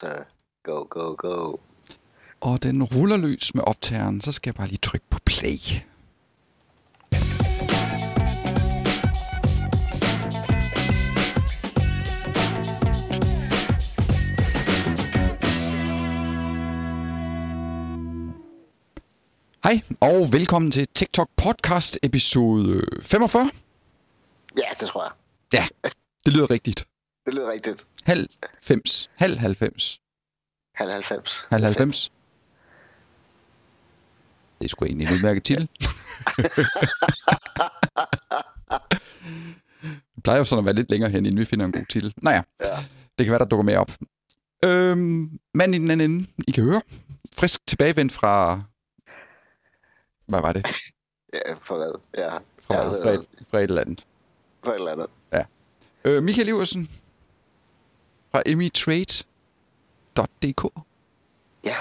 Så go, go, go. Og den ruller løs med optageren, så skal jeg bare lige trykke på play. Hej, og velkommen til TikTok podcast episode 45. Ja, det tror jeg. Ja, det lyder rigtigt. Det lyder rigtigt. 90. Halv 90. Halv 90. Halv 90. Det er sgu egentlig en udmærket titel. det plejer jo sådan at være lidt længere hen, inden vi finder en god titel. Naja, Ja. det kan være, der dukker mere op. Øhm, manden i den anden ende, I kan høre. Frisk tilbagevendt fra... Hvad var det? Ja, for hvad? Ja, Fra, Ja, ja, det fra, er et, fra et eller andet. for et eller andet. Øh, Michael Iversen fra emitrade.dk, Ja,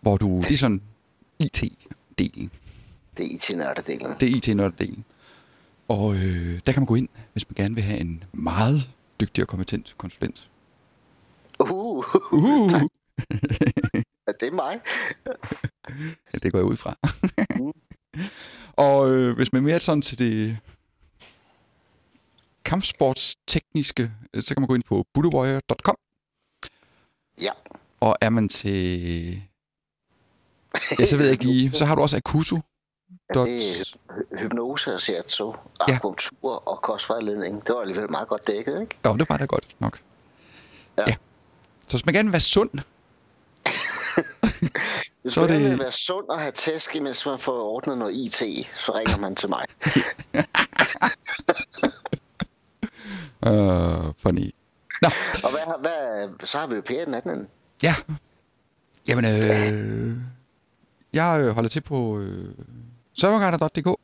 hvor du... Det er sådan IT-delen. det er IT-nørdedelen. Det er IT-nørdedelen. Og øh, der kan man gå ind, hvis man gerne vil have en meget dygtig og kompetent konsulent. Uh, Uh, er det mig? ja, det går jeg ud fra. Uh-huh. og øh, hvis man er mere sådan til det kampsportstekniske, øh, så kan man gå ind på buddhawarrior.com. Ja. Og er man til... Ja, så ved jeg ikke lige. Så har du også Akuto. Ja, det er hy- hypnose og shiatsu, Ja. akupunktur og kostvejledning. Det var alligevel meget godt dækket, ikke? Jo, det var da godt nok. Ja. Så hvis man gerne vil være sund, Hvis så Så er man det... det- vil være sund og have tæsk, mens man får ordnet noget IT, så ringer man til mig. øh, funny. Nå, Og hvad, har- hvad, så har vi jo Per i den anden ende. Ja. Jamen, øh, jeg øh, holder til på øh, serverguider.dk.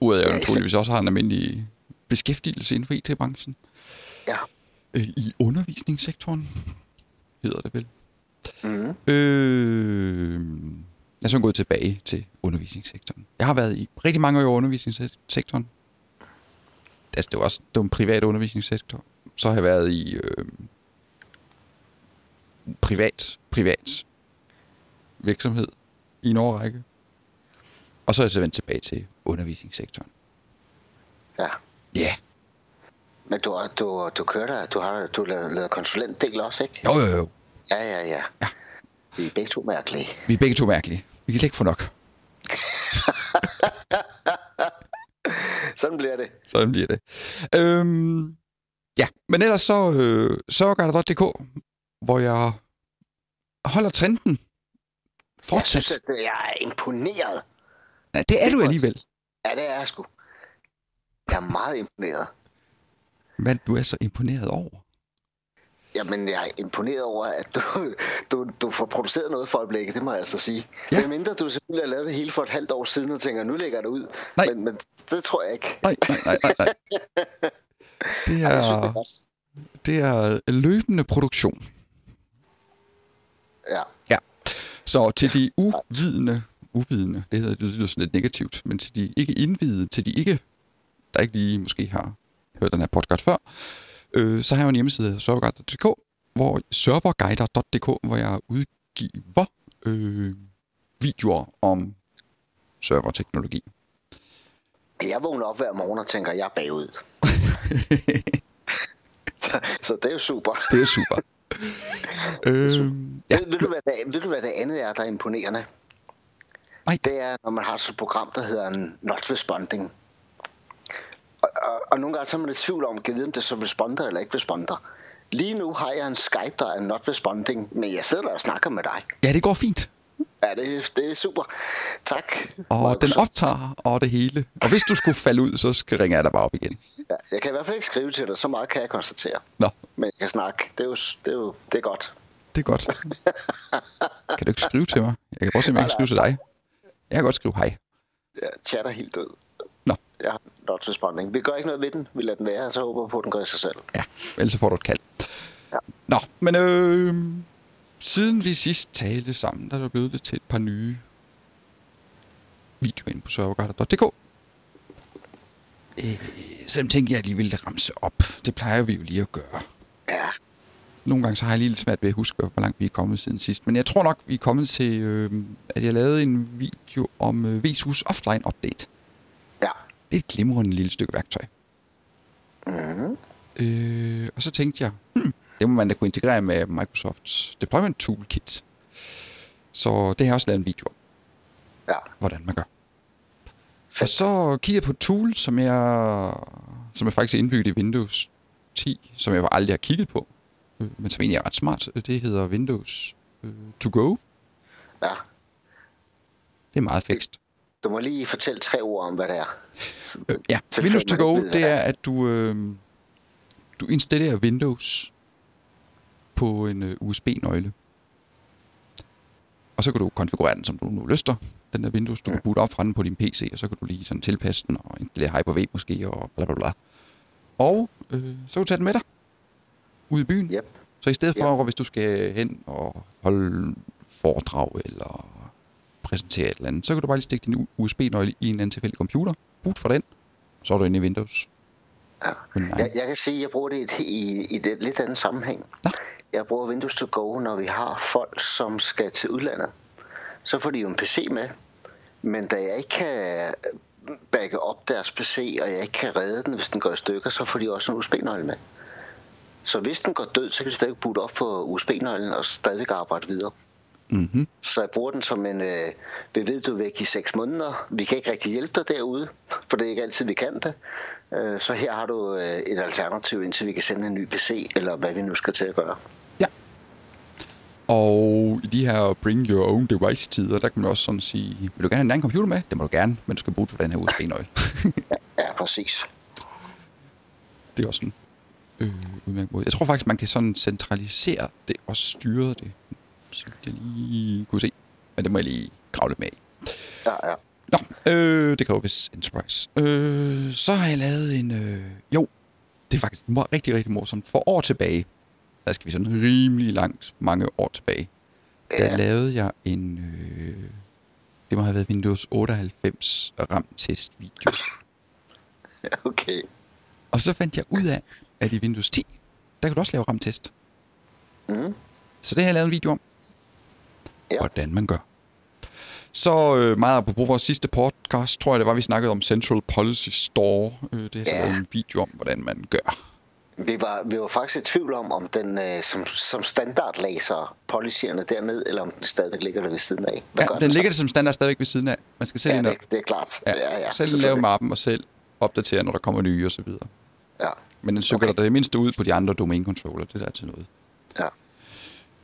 Uret er jo Ja, naturligvis også har en almindelig beskæftigelse inden for IT-branchen. Ja. Øh, I undervisningssektoren hedder det vel. Mm. Øh, jeg er så gået tilbage til undervisningssektoren. Jeg har været i rigtig mange år i undervisningssektoren. Altså, det var også det var en privat undervisningssektor. Så har jeg været i øh, privat, privat virksomhed i en årrække. Og så er jeg så vendt tilbage til undervisningssektoren. Ja. Ja, yeah. Men du, har- du, du kører der, du har du har lavet, lavet konsulentdel også, ikke? jo jo jo. Ja, ja, ja. Ja. Vi er begge to mærkelige. Vi er begge to mærkelige. Vi kan slet ikke få nok. Sådan bliver det. Sådan bliver det. Øhm, ja, men ellers så øh, sørgerguider.dk, hvor jeg holder trenden. Jeg, Fortsat. synes, at jeg er imponeret. Ja, det er du alligevel. Ja, det er jeg sgu. Jeg er meget imponeret. Hvad du er så imponeret over. Jamen, jeg er imponeret over, at du, du, du får produceret noget for øjeblikket, det må jeg altså sige. Ja. Ja. Men mindre du selvfølgelig har lavet det hele for et halvt år siden og tænker, nu lægger jeg det ud. Nej. Men, men det tror jeg ikke. Nej, nej, nej, nej. nej. Det Jeg synes, det er er, godt. det er løbende produktion. Ja. Så til de uvidende, uvidende, det, hedder, det lyder sådan lidt negativt, men til de ikke indvidede, til de ikke, der ikke lige måske har hørt den her podcast før, øh, så har jeg jo en hjemmeside, der hedder serverguider.dk, hvor serverguider.dk, hvor jeg udgiver øh, videoer om serverteknologi. Jeg vågner op hver morgen og tænker, jeg er bagud. så, så det er jo super. Det er super. øh, Ja. ja, Ved, ved, du, hvad det, ved du, hvad det andet er, der er imponerende? Nej. Det er, når man har sådan et program, der hedder en not responding. Og, og, og nogle gange så er man i tvivl om, kan jeg vide, om det så responder eller ikke responder. Lige nu har jeg en Skype, der er not responding, men jeg sidder der og snakker med dig. ja, det går fint. Ja, det, det er super. Tak. Og den Markus. optager og det hele. Og hvis du skulle falde ud, så skal ringer jeg dig bare op igen. Ja, jeg kan i hvert fald ikke skrive til dig, så meget kan jeg konstatere. Nå, Men jeg kan snakke. Det er jo, det er jo det er godt. Det er godt. kan du ikke skrive til mig? Jeg kan prøve at se, om jeg kan skrive til dig. Jeg kan godt skrive hej. Jeg chatter helt død. Nå. Jeg har not responding. Vi gør ikke noget ved den. Vi lader den være, og så håber vi på, at den gør i sig selv. Ja, ellers så får du et kald. Ja. Nå, men øh, siden vi sidst talte sammen, der er der blevet lidt til et par nye videoer inde på serverguider.dk. Øh, selvom tænkte jeg, at jeg lige ville ramse op. Det plejer vi jo lige at gøre. Ja, Nogle gange så har jeg lige lidt svært ved at huske, hvor langt vi er kommet siden sidst. Men jeg tror nok, vi er kommet til, øh, at jeg lavede en video om øh, VSU's offline update. ja. Det er et glimrende lille stykke værktøj. Mm. Øh, og så tænkte jeg, hmm, det må man da kunne integrere med Microsofts Deployment Toolkit. Så det har jeg også lavet en video om, Ja, hvordan man gør. Og Fedt. så kigger jeg på et tool, som jeg, som jeg faktisk er indbygget i Windows 10, som jeg aldrig har kigget på, øh, men som egentlig er ret smart. Det hedder Windows øh, To Go. ja. Det er meget fikst. Du må lige fortælle tre ord om, hvad det er. Øh, ja, Til Windows To folk, der Go, ikke ved, hvad det det er, at du, øh, du installerer Windows på en øh, USB-nøgle. Og så kan du konfigurere den, som du nu lyster. Den der Windows, du kan boote op fra den på din PC, og så kan du lige sådan tilpasse den og installere Hyper-V måske, og bla bla bla. Og øh, så kan du tage den med dig ud i byen. Yep. Så i stedet for, ja. hvis du skal hen og holde foredrag eller præsentere et eller andet, så kan du bare lige stikke din USB-nøgle i en eller anden tilfældig computer, boot for den, og så er du inde i Windows. Ja. Men nej. Jeg, jeg kan sige, at jeg bruger det i, et- i, i et lidt andet sammenhæng. Nå. Jeg bruger Windows to Go, når vi har folk, som skal til udlandet. Så får de jo en PC med, men da jeg ikke kan backe op deres PC, og jeg ikke kan redde den, hvis den går i stykker, så får de også en USB-nøgle med. Så hvis den går død, så kan de stadig boote op for USB-nøglen og stadig arbejde videre. Mm-hmm. Så jeg bruger den som en, øh, vi ved du er væk i 6 måneder, vi kan ikke rigtig hjælpe dig derude, for det er ikke altid, vi kan det. Øh, så her har du øh, et alternativ, indtil vi kan sende en ny PC, eller hvad vi nu skal til at gøre. Og i de her bring your own device tider, der kan man også sådan sige, vil du gerne have en anden computer med? Det må du gerne, men du skal boote for den her USB-nøgle. Ja, præcis. det er også en øh, udmærket måde. Jeg tror faktisk, man kan sådan centralisere det og styre det. Så vi kan lige kunne se. Men det må jeg lige grave lidt med i. Ja, ja. Nå, øh, det kan jo vist Enterprise. Øh, så har jeg lavet en... Øh, jo, det er faktisk mo- rigtig, rigtig morsomt. For år tilbage, der skal vi sådan rimelig langt, mange år tilbage, der Ja. lavede jeg en... Øh, det må have været Windows 98 RAM-test-video. Okay. Og så fandt jeg ud af, at i Windows 10, der kan du også lave RAM-test. Mm. Så det har jeg lavet en video om. Ja. Hvordan man gør. Så øh, meget apropos vores sidste podcast, tror jeg det var, vi snakkede om Central Policy Store. Øh, det har jeg så Ja. lavet en video om, hvordan man gør. Vi var, vi var faktisk i tvivl om, om den øh, som, som standard læser policyerne derned, eller om den stadigvæk ligger der ved siden af. Hvad Ja, gør den ligger det som standard stadigvæk ved siden af. Man skal selv ja, ind og, det, det er klart. ja, ja, selv lave selvfølgelig. mappen og selv opdatere, når der kommer nye og så videre. Ja, Men den søger okay. det mindste ud på de andre domain controller. Det er der altid noget. ja.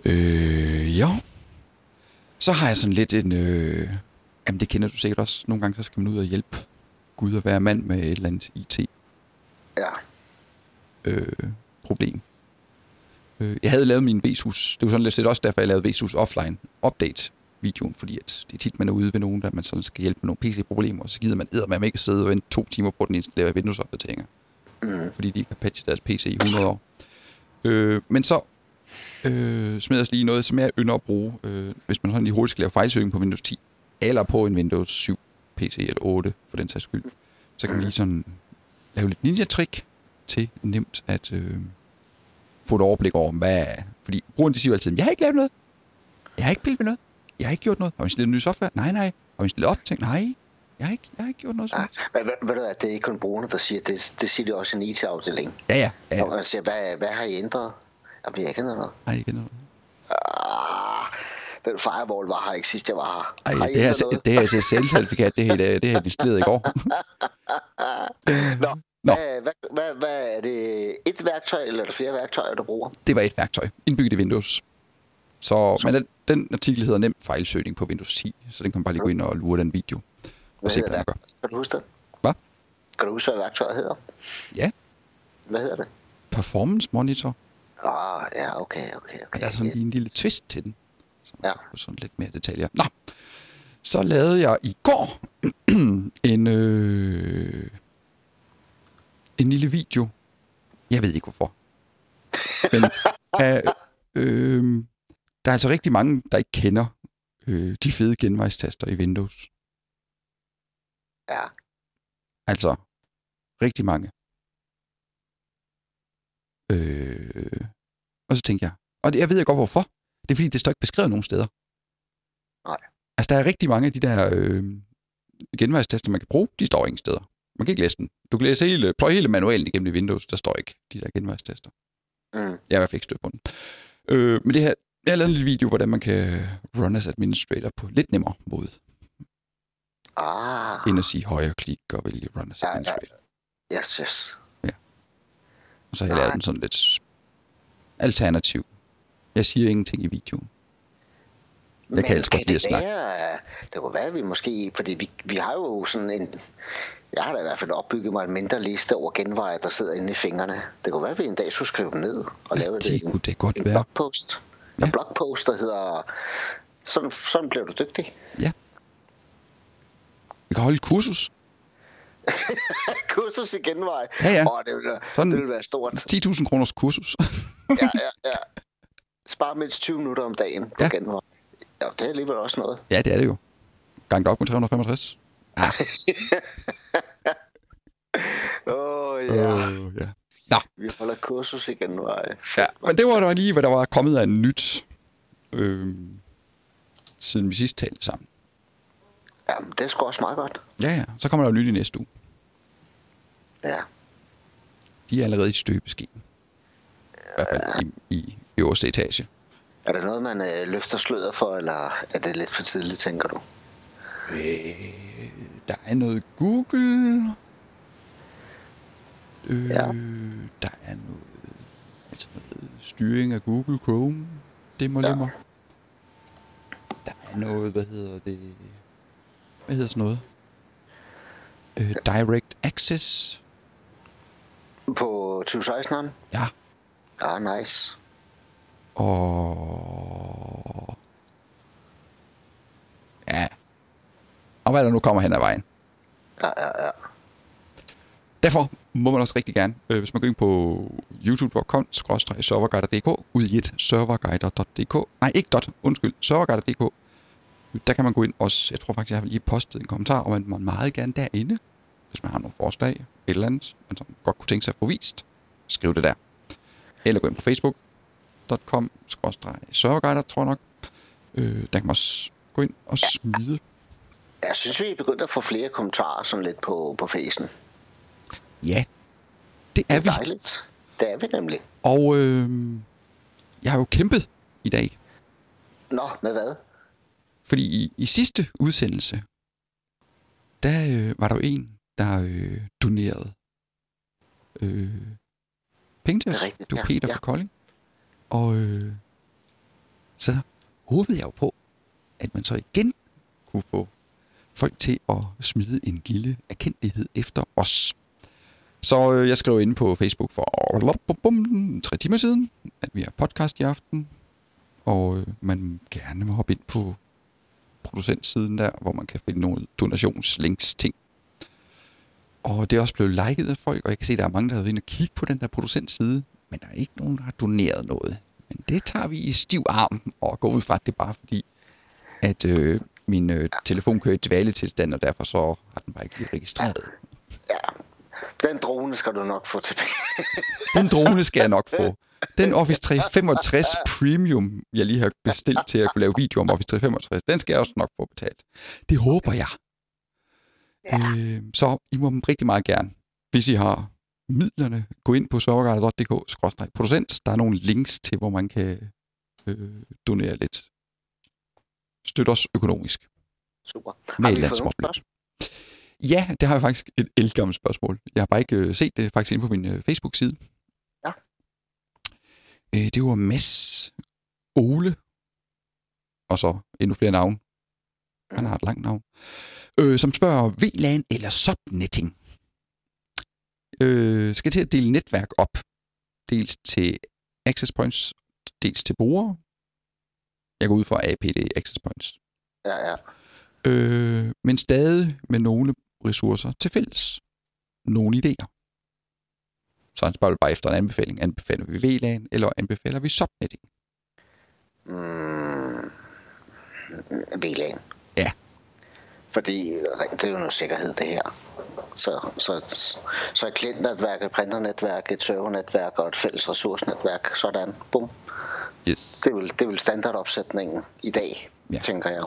Øh, ja. Så har jeg sådan lidt en... Øh, jamen, det kender du sikkert også. Nogle gange så skal man ud og hjælpe Gud at være mand med et eller andet IT ja. øh, problem. Øh, jeg havde lavet min Vesus, det var sådan lidt set også derfor, jeg lavede Vesus Offline Update videoen, fordi at det er tit, man er ude ved nogen, der man sådan skal hjælpe med nogle PC-problemer, og så gider man æder med ikke at sidde og vente to timer på, at den installerer Windows-opdateringer, Mm. fordi de ikke har patchet deres PC i 100 år. Øh, men så øh, smed os lige noget, som jeg ynder at bruge, øh, hvis man sådan lige hurtigt skal lave fejlsøgning på Windows 10, eller på en Windows 7 PC eller 8, for den sags skyld. Så kan man lige sådan lave lidt ninja-trick til nemt at øh, få et overblik over, hvad... Fordi brugeren de siger jo altid, jeg har ikke lavet noget. Jeg har ikke pillet ved noget. Jeg har ikke gjort noget. Har du installeret ny software? Nej, nej. Har du installeret optænk? Nej. Jeg har ikke, jeg har ikke gjort noget. Som Ja, helst." men ved, ved du hvad, det er ikke kun brugerne, der siger det. Det siger det også en IT-afdeling. Ja, ja. ja. Og man siger, hvad, hvad har I ændret? Jeg bliver ikke ændret noget. Ej, ikke noget. Ah, den firewall var her ikke sidst, jeg var her. Ej, har I det altså- her, ændret noget? det her SSL-certifikat, det her, det her, installeret i går. Nå, Nå. Hvad, hvad, hvad, hvad, er det et værktøj, eller er der flere værktøjer, du bruger? Det var et værktøj, indbygget i Windows. Så, men den- den artikel hedder nem fejlsøgning på Windows 10, så den kan man bare lige gå ind og lure den video. Og Hvad se, hvordan man gør. værktøjet? Kan du huske det? Hvad? Kan du huske, hvad værktøjet hedder? Ja, Hvad hedder det? performance monitor. Ah, ja, okay, okay, okay. Men der er sådan lige en lille twist til den. Så man Ja. kan få sådan lidt mere detaljer. Nå, så lavede jeg i går en, øh, en lille video. Jeg ved ikke hvorfor. Men af, øh, der er altså rigtig mange, der ikke kender øh, de fede genvejstaster i Windows. Ja, Altså, rigtig mange. Øh, Og så tænkte jeg, og det, jeg ved jeg godt hvorfor. Det er fordi, det står ikke beskrevet nogen steder. Nej. Altså, der er rigtig mange af de der øh, genvejstester, man kan bruge, de står ingen steder. Man kan ikke læse den. Du kan læse hele, pløje hele manualen igennem i Windows, der står ikke de der genvejstester. Mm. Jeg har i hvert fald ikke stødt på den. Øh, men det her, jeg har lavet en lille video, hvordan man kan run as administrator på lidt nemmere måde, Ah, end at sige højre klik og vælge run as Ja, ja. administrator. yes, yes. Og så har jeg lavet Nej. den sådan lidt s- alternativ. Jeg siger ingenting i videoen. Jeg kan elske at blive at snakke. være, det kunne være, at vi måske... Fordi vi, vi har jo sådan en... Jeg har da i hvert fald opbygget mig en mindre liste over genveje, der sidder inde i fingrene. Det kunne være, at vi en dag skulle skrive dem ned og lave Det en, kunne det godt en være. blogpost. Ja. En blogpost, der hedder... Sådan, sådan blev du dygtig. Vi kan holde et kursus. Kursus i genvej. Ja, ja. Åh, det ville, Sådan. det ville være stort. 10.000 kroners kursus. Ja, ja, ja. Spar mindst 20 minutter om dagen på Ja. ja. genvej. Ja, det er alligevel også noget. ja, det er det jo. Gang det op med 365. Åh, oh, ja. Ja. Øh, ja. Nå, Vi holder kursus i genvej. ja. men det var da lige, hvad der var kommet af nyt, øh, siden vi sidst talte sammen. Jamen, det er sgu også meget godt. Ja, ja. Så kommer der jo nyt i næste uge. Ja. De er allerede i støbeskeen. I hvert fald i, i øverste etage. Er der noget, man øh, løfter sløret for, eller er det lidt for tidligt, tænker du? Øh, Der er noget Google. Øh, Ja. Der er noget, altså noget styring af Google Chrome. Det må ja. Der er noget, hvad hedder det? Hvad hedder sådan noget? Øh, direct Access. På 2016'eren? Ja. Ja, nice. Og... Ja. Og hvad der nu kommer hen ad vejen. Ja, ja, ja. Derfor må man også rigtig gerne, øh, hvis man går ind på youtube.com, serverguider.dk, ud i et serverguider.dk, nej ikke dot, undskyld, serverguider.dk, der kan man gå ind også, jeg tror faktisk, jeg har lige postet en kommentar, og man må meget gerne derinde, hvis man har nogle forslag, et eller andet, man sådan godt kunne tænke sig at få vist, skriv det der. Eller gå ind på facebook.com, serverguider, tror jeg nok, øh, der kan man også gå ind og smide. Jeg synes, vi er begyndt at få flere kommentarer sådan lidt på, på facen. Ja, det er vi. Dejligt. Det er vi nemlig. Og øh, jeg har jo kæmpet i dag, Nå, med hvad? fordi i, i sidste udsendelse, der øh, var der jo en, der øh, donerede øh, penge til Det er os. rigtigt, Det var ja, Peter ja. fra Kolding. Og øh, så håbede jeg jo på, at man så igen kunne få folk til at smide en lille erkendelighed efter os. Så øh, jeg skrev inde på Facebook for bum, tre timer siden, at vi har podcast i aften, og øh, man gerne må hoppe ind på producentsiden der, hvor man kan finde nogle donationslinks ting. Og det er også blevet liket af folk, og jeg kan se, at der er mange, der har været inde og kigge på den der producentside, men der er ikke nogen, der har doneret noget. Men det tager vi i stiv arm og går ud fra, at det er bare fordi, at øh, min øh, telefon kører i dvaletilstand, og derfor så har den bare ikke lige registreret. Ja. Den drone skal du nok få tilbage. Den drone skal jeg nok få. Den Office 365 Premium, jeg lige har bestilt til at kunne lave video om Office 365, den skal jeg også nok få betalt. Det håber jeg. Ja. Øh, så I må rigtig meget gerne, hvis I har midlerne, gå ind på serverguider.dk-producent. Der er nogle links til, hvor man kan øh, donere lidt. Støt os økonomisk. Super. Med Har et vi eller andet fået nogle småbeløb. spørgsmål? Ja, det har jeg faktisk et elgammelt spørgsmål. Jeg har bare ikke øh, set det faktisk inde på min øh, Facebook-side. Ja. Øh, det var Mads Ole, og så endnu flere navne. Mm. Han har et langt navn. Øh, som spørger VLAN eller subnetting. Øh, skal til at dele netværk op. Dels til access points, dels til brugere. Jeg går ud fra APD access points Ja, ja. øh, men stadig med nogle ressourcer til fælles. Nogle idéer. Så han spørger bare efter en anbefaling. Anbefaler vi VLAN, eller anbefaler vi subnetting? Mm, VLAN. Ja. øh, Fordi det er jo noget sikkerhed, det her. Så, så, så et klientnetværk, et printernetværk, et servernetværk og et fælles ressourcenetværk. Sådan. Bum. Yes. Det er vel, det er vel standardopsætningen i dag, Ja. ja. tænker jeg.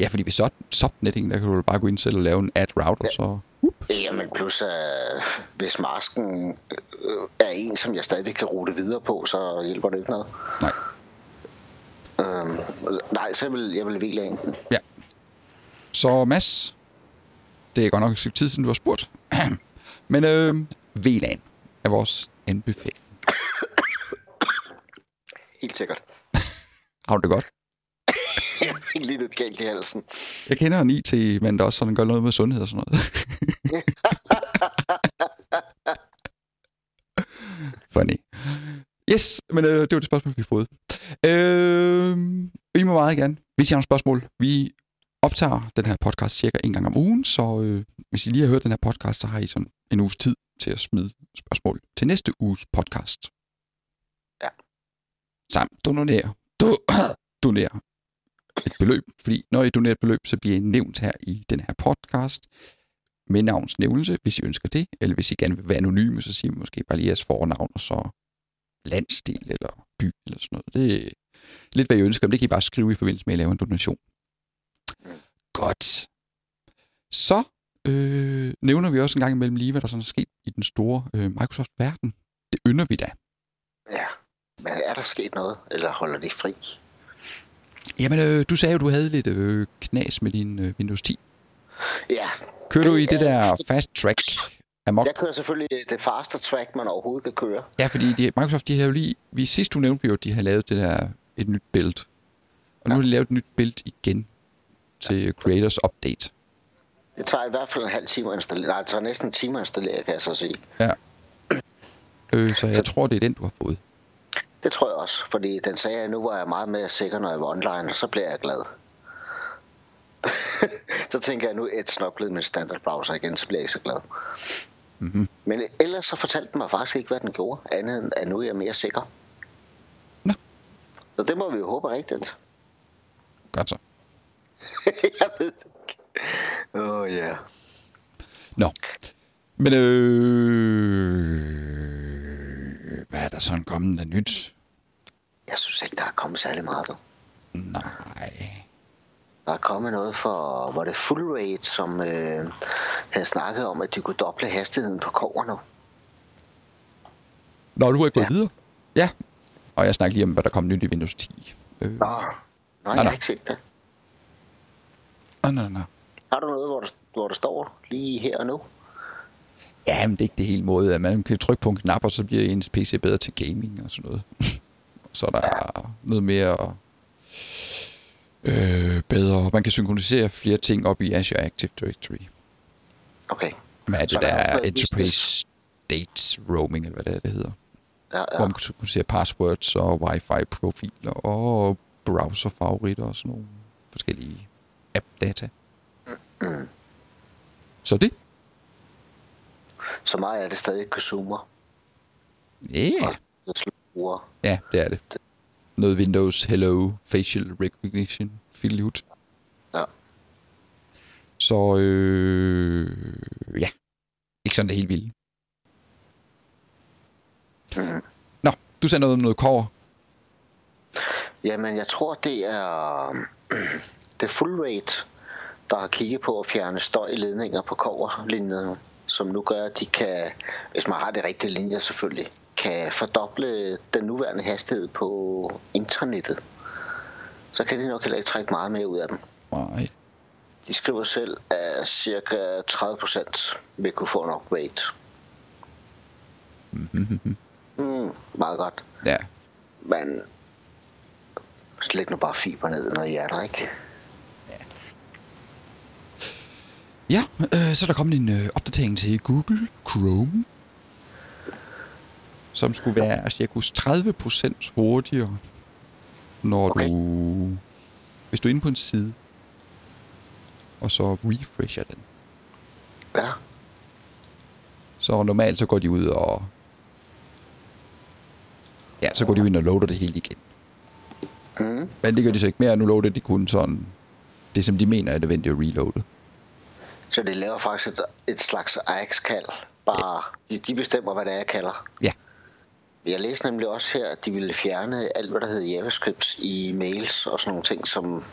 Ja, fordi ved sub- subnetting, der kan du bare gå ind selv og lave en ad router, ja. så... Whoop. Jamen plus, øh, hvis masken øh, er en, som jeg stadig kan rute videre på, så hjælper det ikke noget. Nej. Øhm, nej, så vil jeg vil hvile en. Ja. Så Mads, det er godt nok et stykke tid siden, du har spurgt. Men øh, VLAN er vores anbefaling. Helt sikkert. Har du det godt? Jeg fik lige lidt galt i halsen. Jeg kender en IT-mand, der også sådan gør noget med sundhed og sådan noget. Funny. Yes, men øh, det var det spørgsmål, vi har fået. Øh, I må meget gerne, hvis I har nogle spørgsmål. Vi optager den her podcast cirka en gang om ugen, så øh, hvis I lige har hørt den her podcast, så har I sådan en uges tid til at smide spørgsmål til næste uges podcast. Ja. Samt donere. Du, donere et beløb, fordi når I donerer et beløb, så bliver I nævnt her i den her podcast med navnsnævnelse, hvis I ønsker det, eller hvis I gerne vil være anonyme, så siger I måske bare lige jeres fornavn, og så landsdel eller by eller sådan noget. Det er lidt, hvad I ønsker, men det kan I bare skrive i forbindelse med, at I laver en donation. Godt. Så øh, nævner vi også en gang imellem lige, hvad der sådan er sket i den store øh, Microsoft-verden. Det ynder vi da. Ja. Men er der sket noget, eller holder de fri? Jamen, øh, du sagde jo, du havde lidt øh, knas med din øh, Windows 10. Ja, Kører du i Det det er- der fast track amok? Øh, jeg kører selvfølgelig øh, det faster track, man overhovedet kan køre. Ja, fordi de, Microsoft, de har jo lige... Vi, sidst du nævnte vi jo, at de har lavet det der, et nyt build. Og nu har de lavet et nyt build igen til Creators Update. Det tager i hvert fald en halv time at installere. Nej, det tager næsten en time at installere, kan jeg så sige. Øh, så jeg tror, det er den, du har fået. Det tror jeg også, fordi den sagde, at nu var jeg meget mere sikker, når jeg var online, og så blev jeg glad. så tænker jeg, nu er Edge nok blevet min standardbrowser igen, så bliver jeg ikke så glad. Mm-hmm. Men ellers så fortalte den mig faktisk ikke, hvad den gjorde, andet end, at nu er jeg mere sikker. Nå. Så det må vi jo håbe er rigtigt. Godt så. jeg ved det ikke. Åh, oh, ja. Yeah. Nå. Men øh, hvad er der sådan kommet af nyt? Jeg synes ikke, der er kommet særlig meget. du. Nej. Der er kommet noget for, var det Full Rate, som øh, havde snakket om, at de kunne doble hastigheden på kover nu. Nå, du har ikke gået Ja. videre? Ja. Og jeg snakker lige om, hvad der kom nyt i Windows 10. Øh, Nå, nej, jeg nå. har ikke set det. nej, nej, nej. Har du noget, hvor der, hvor der står lige her og nu? Ja, men det er ikke det hele måde. at Man kan trykke på en knap, og så bliver ens PC bedre til gaming og sådan noget. så er der noget mere øh, bedre. Man kan synkronisere flere ting op i Azure Active Directory. Okay. Hvad er det, Så der, der er er også noget Enterprise States Roaming, eller hvad det, er, det hedder. Ja, Ja. ja. Hvor man kan synkronisere passwords og wifi-profiler og browser-favoritter og sådan nogle forskellige app-data. Mm. Så det? Så meget er det stadig consumer. Yeah. Det sluger. Ja, det er det. Noget Windows Hello Facial Recognition filhut. Ja. Så øh, ja, ikke sådan det helt vildt. Mhm. Nå, du sagde noget om noget kover. Jamen, jeg tror, det er det er full rate, der har kigget på at fjerne støj i ledninger på koverlinjerne, som nu gør, at de kan, hvis man har det rigtige linjer selvfølgelig, kan fordoble den nuværende hastighed på internettet. Så kan de nok heller ikke trække meget mere ud af dem. Nej. De skriver selv, at cirka 30% vil kunne få en upgrade. Mm, meget godt. Ja, Men slæg nu bare fiber ned, når I er der, ikke? ja øh, så er der kommet en øh, opdatering til Google Chrome, som skulle være altså, cirka 30% hurtigere, når okay. Okay. du... Hvis du er inde på en side, og så refresher den. Ja. Så normalt så går de ud og... Ja, så går de ud og loader det hele igen. Mm. Men det gør de så ikke mere, nu loader de kun sådan... Det som de mener er nødvendigt at reloade. Så de laver faktisk et, et slags Ajax-kald. Bare, de, de bestemmer, hvad det er, jeg kalder. Ja. Jeg læste nemlig også her, at de ville fjerne alt, hvad der hedder JavaScript i mails og sådan nogle ting, som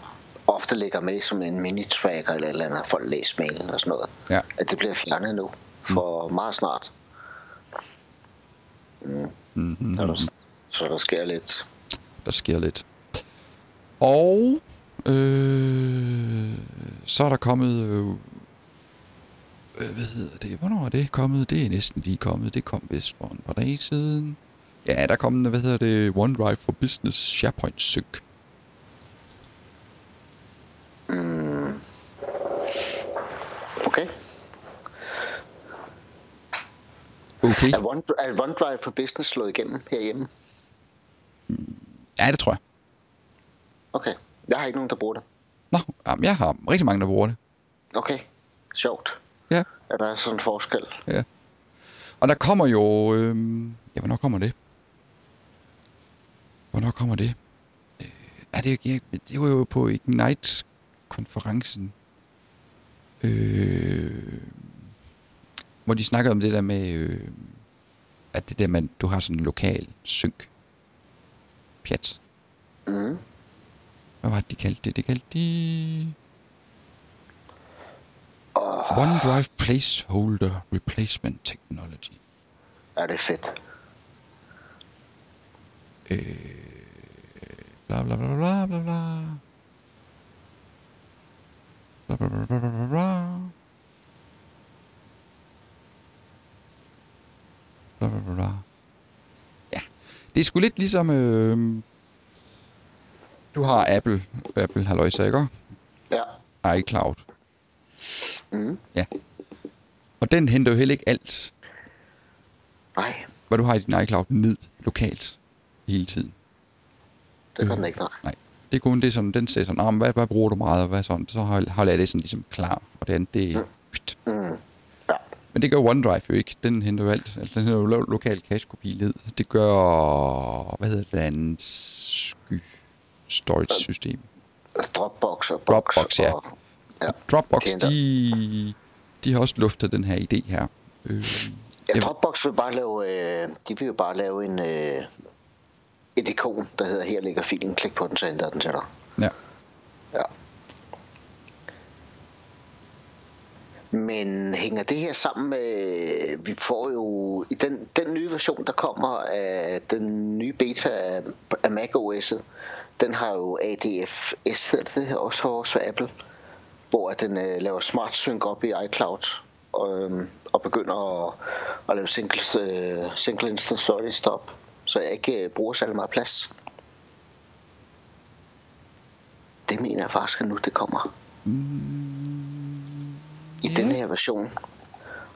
ofte ligger med som en mini-tracker eller et eller andet, at folk læser mailen og sådan noget. Ja. At det bliver fjernet nu, for mm. meget snart. Mm-hmm. Så der, så der sker lidt. Der sker lidt. Og øh, så er der kommet... Øh, øh, hvad hedder det? Hvornår er det kommet? Det er næsten lige kommet. Det kom vist for en par dage siden. Ja, der er kommet, hvad hedder det? OneDrive for Business SharePoint Sync. Mm. Okay. Okay. Er, One, er OneDrive for Business slået igennem herhjemme? Ja, det tror jeg. Okay. Jeg har ikke nogen, der bruger det. Nå, jamen, jeg har rigtig mange, der bruger det. Okay. Sjovt. Ja. At der er sådan en forskel. Og der kommer jo... Øh, ja, hvornår kommer det? Hvornår kommer det? Øh, er det, jo, ikke- det var jo på Ignite-konferencen. Øh, hvor de snakkede om det der med... Øh, at det der, man, du har sådan en lokal synk. Pjat. Mm. Hvad var det, de kaldte det? Det kaldte de... Åh. OneDrive Placeholder Replacement Technology. Er det fedt. Øh, bla bla bla bla bla bla. Bla bla bla bla bla bla bla. Bla bla bla bla. Ja, det er sgu lidt ligesom... Øh, du har Apple. Apple har løjser, ikke? Ja. iCloud. Mm. Ja. Og den henter jo heller ikke alt, Nej, hvad du har i din iCloud, ned lokalt hele tiden. det Øh. gør den ikke, nej. Nej, det er kun det, som den siger sådan, "Ah, men hvad, hvad bruger du meget, og hvad sådan, så hold- holder jeg det sådan ligesom klar, og det andet, det er pyt. Mm. Ja. Men det gør OneDrive jo ikke, den henter jo alt, altså, den henter jo lo- lokal cache-kopi ned. Det gør, hvad hedder det andet, sky Mm. storage system. Dropbox og box Dropbox, ja. Og, ja. Dropbox, Det henter- de, de har også luftet den her idé her. Øh, ja, jeg- Dropbox vil bare lave, øh, de vil jo bare lave en, øh, et ikon, der hedder, her ligger filen, klik på den, så ændrer den til dig. ja. Ja. Men hænger det her sammen med, vi får jo i den, den nye version, der kommer af den nye beta af, af Mac OS'et, den har jo ADFS, hedder det det, også for også for Apple, hvor at den øh, laver smart sync op i iCloud og, øhm, og begynder at, at lave single, øh, single instance storage stop, så jeg ikke øh, bruger særlig meget plads. Det mener jeg faktisk, at nu det kommer. I Ja. yeah. den her version.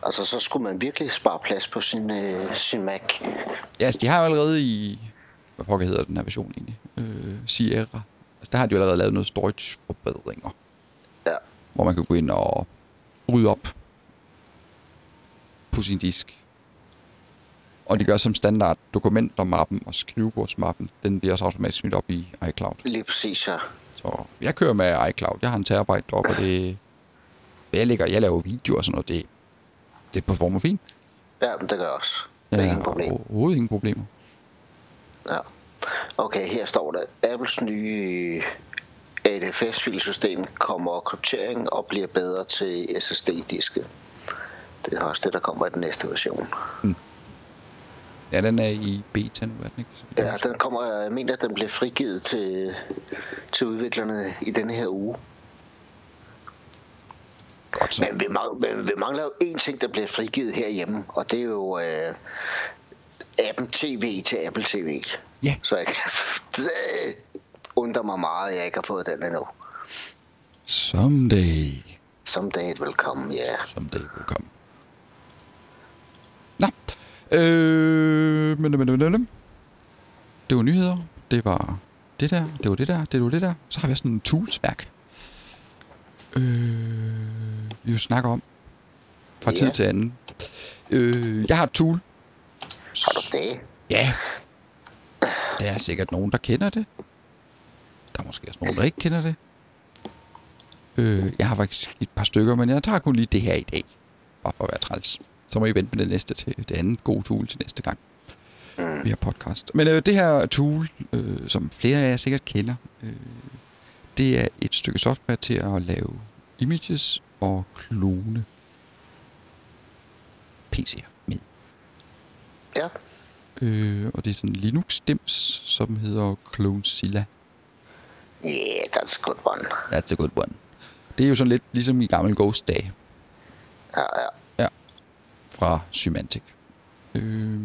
Altså, så skulle man virkelig spare plads på sin, øh, sin Mac. ja, altså, de har jo allerede i, hvad pokker hedder den her version egentlig, øh, Sierra, altså, der har de jo allerede lavet noget storage forbedringer. Ja. hvor man kan gå ind og rydde op på sin disk. Og det gør som standard dokumentermappen og skrivebordsmappen, den bliver også automatisk smidt op i iCloud. Lige præcis, ja. Så jeg kører med iCloud. Jeg har en terabyte deroppe, og det... Jeg, ligger, jeg laver videoer og sådan noget. Det, det performer fint. Ja, men det gør jeg også. Det Jeg er har ingen problem. overhovedet ingen problemer. Ja. Okay, her står der. Apples nye øh, ADFS-filsystem kommer kryptering og bliver bedre til SSD-diske. Det er også det, der kommer i den næste version. Ja, den er i beta nu, er den ikke? Så vidt jeg Ja, husker. den kommer, jeg mener, at den bliver frigivet til, til udviklerne i denne her uge. Godt så. Men vi, mang- men vi mangler jo én ting, der bliver frigivet herhjemme, og det er jo øh, Apple TV til Apple TV. Ja. Så jeg kan, det undrer mig meget, at jeg ikke har fået den endnu. Someday. Someday it will come, ja. Yeah. Someday will come. Nå. Øh, men, men, men, men. Det var nyheder. Det var det der. Det var det der. Det var det der. Så har vi også en toolsværk. Øh, vi jo snakker om. Fra tid Ja. til anden. Øh, jeg har et tool. Har du det? Ja. Der er sikkert nogen, der kender det. Der er måske også nogen, der ikke kender det. Øh, jeg har faktisk et par stykker, men jeg tager kun lige det her i dag. Bare for at være træls. Så må I vente med det næste til det andet gode tool til næste gang. Vi har podcast. Men øh, det her tool, øh, som flere af jer sikkert kender, øh, det er et stykke software til at lave images og klone PC'er med. Ja. Øh, og det er sådan en Linux-dims, som hedder Clonezilla. Yeah, that's a good one. That's a good one. Det er jo sådan lidt ligesom i gamle Ghost Day Ja, ja. fra Symantic. Øh,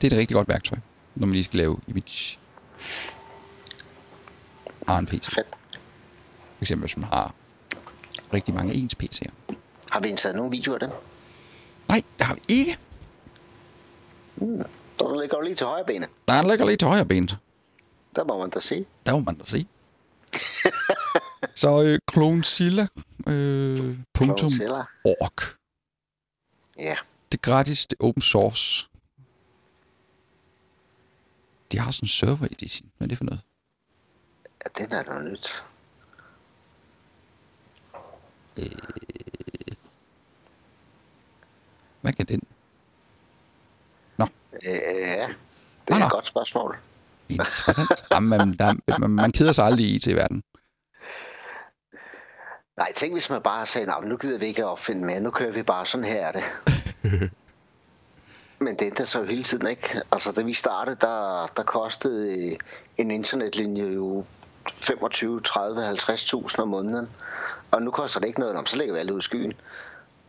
det er et rigtig godt værktøj, når man lige skal lave image. Har en PC. Fedt. For eksempel, hvis man har rigtig mange af ens PC'er. Har vi indtaget nogle videoer af den? Nej, det har vi ikke. Den ligger jo lige til højre benet. Der er en lækker lige til højre benet. Der må man da sige. Der må man da se. Så øh, Clonezilla. Øh, punktum Clonezilla. org. Ja. Det er gratis, det er open source. De har sådan en server edition. Hvad er det for noget? ja, det er da noget nyt. Hvad kan den? Øh, ja, det Nå, er nå. et godt spørgsmål. Interessant. Jamen, man, der, man, man keder sig aldrig i IT-verden. Nej, tænk hvis man bare sagde, "Nå, men nu gider vi ikke at opfinde mere, nu kører vi bare sådan her er det. Men det ændrer sig jo hele tiden, ikke? Altså, da vi startede, der, der kostede øh, en internetlinje jo 25, 30, 50.000 om måneden. Og nu koster det ikke noget, om så lægger vi alt ud i skyen.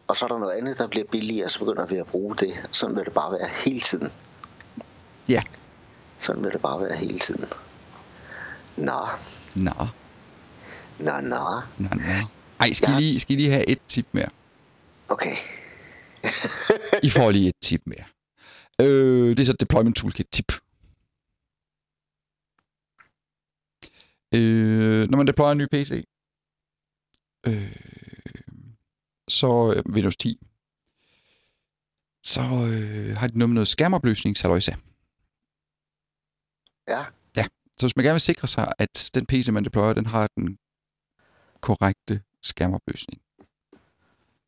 Og så er der noget andet, der bliver billigere, og så begynder vi at bruge det. Sådan vil det bare være hele tiden. Ja. Sådan vil det bare være hele tiden. Nå, Nå, nå, nå. nå, nå. Ej, skal I lige, skal I lige have et tip mere? Okay. I får lige et tip mere. Øh, det er så et deployment toolkit tip. Øh, når man deployer en ny PC, øh, så øh, Windows 10, så øh, har de noget med noget skærmopløsning, Ja, Så hvis man gerne vil sikre sig, at den PC, man deployer, den har den korrekte skærmopløsning,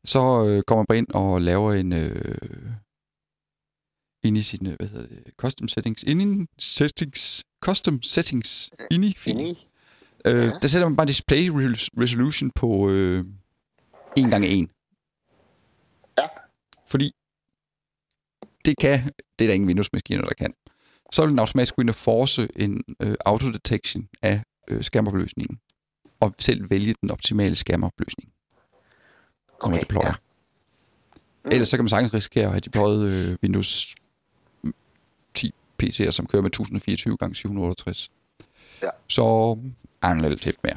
så øh, går man bare ind og laver en... Øh, inde i sin, øh, hvad hedder det, custom settings, inde i settings, custom settings, inde i filen. enig. Øh, Ja. Der sætter man bare display re- resolution på øh, 1 gange 1. Ja. Fordi det kan, det er der ingen Windows-maskiner, der kan. Så vil den automatisk gå ind og force en øh, autodetection af øh, skærmopløsningen. Og selv vælge den optimale skærmopløsning, når man Okay, deployer. ja. Mm. Ellers så kan man sagtens risikere at have deployet øh, Windows 10 PC'er, som kører med 1024 gange 768. Ja. Så anderledes lidt mere.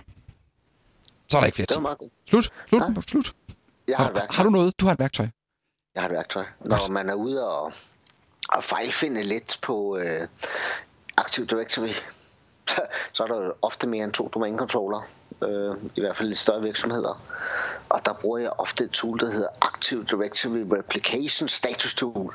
Så er der ikke flere Det var ting. meget godt. Slut, slut, Nej. slut. Jeg har, et Har, værktøj. har du noget? Du har et værktøj. Jeg har et værktøj. Når man er ude og, og fejlfinde lidt på øh, Active Directory, så, så er der jo ofte mere end to domænekontroller, øh, i hvert fald i større virksomheder. Og der bruger jeg ofte et tool, der hedder Active Directory Replication Status Tool,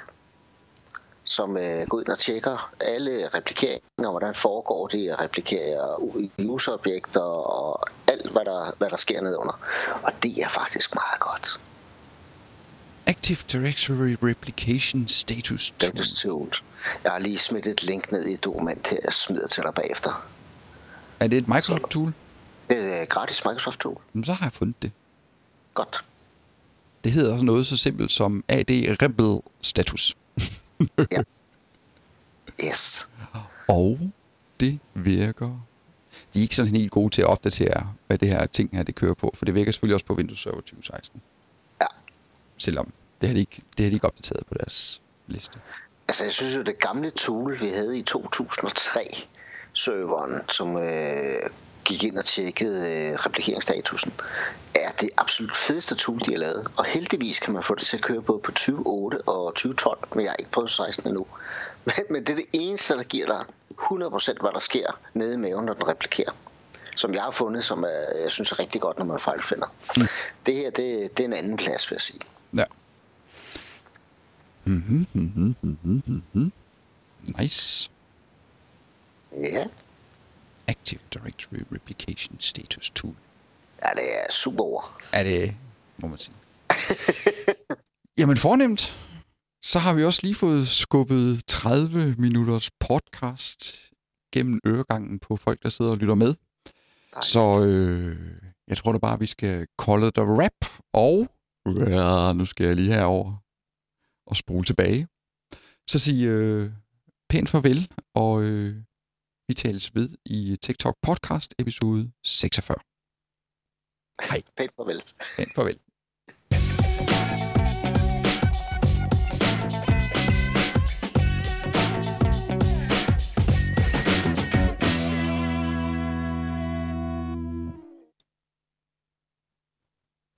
som øh, går ind og tjekker alle replikeringer, hvordan foregår de at replikere u- userobjekter og alt, hvad der, hvad der sker nedenunder. Og det er faktisk meget godt. Active Directory Replication Status Tool. Status Tool. Jeg har lige smidt et link ned i et dokument her, jeg smider til dig bagefter. Er det et Microsoft Tool? Det er et gratis Microsoft Tool. Jamen, så har jeg fundet det. Godt. Det hedder også noget så simpelt som AD Rebel Status. Yes. Og det virker... De er ikke sådan helt gode til at opdatere, hvad det her ting her, det kører på. For det virker selvfølgelig også på Windows Server 2016. Ja. Selvom det har de ikke, det har de ikke opdateret på deres liste. Altså, jeg synes jo, det gamle tool, vi havde i 2003, serveren, som øh, gik ind og tjekkede øh, replikeringsstatusen, er det absolut fedeste tool, de har lavet. Og heldigvis kan man få det til at køre både på 2008 og 2012, men jeg har ikke prøvet 16 endnu. Men, men det er det eneste, der giver dig 100% hvad der sker nede i maven, når den replikerer. Som jeg har fundet, som er, jeg synes er rigtig godt, når man fejlfinder. Mm. Det her, det, det er en anden klasse, vil jeg sige. Ja. Mhm, mhm, mhm, mhm. Nice. Ja, Active Directory Replication Status Tool. Ja, det er super ord. Er det, må man sige. Jamen fornemt, så har vi også lige fået skubbet 30 minutters podcast gennem øregangen på folk, der sidder og lytter med. Nej. Så øh, jeg tror da bare, vi skal call it a wrap. Og ja, nu skal jeg lige herover og spole tilbage. Så sig øh, pænt farvel, og øh, vi tales ved i TikTok podcast episode 46. Pænt farvel. Pænt farvel.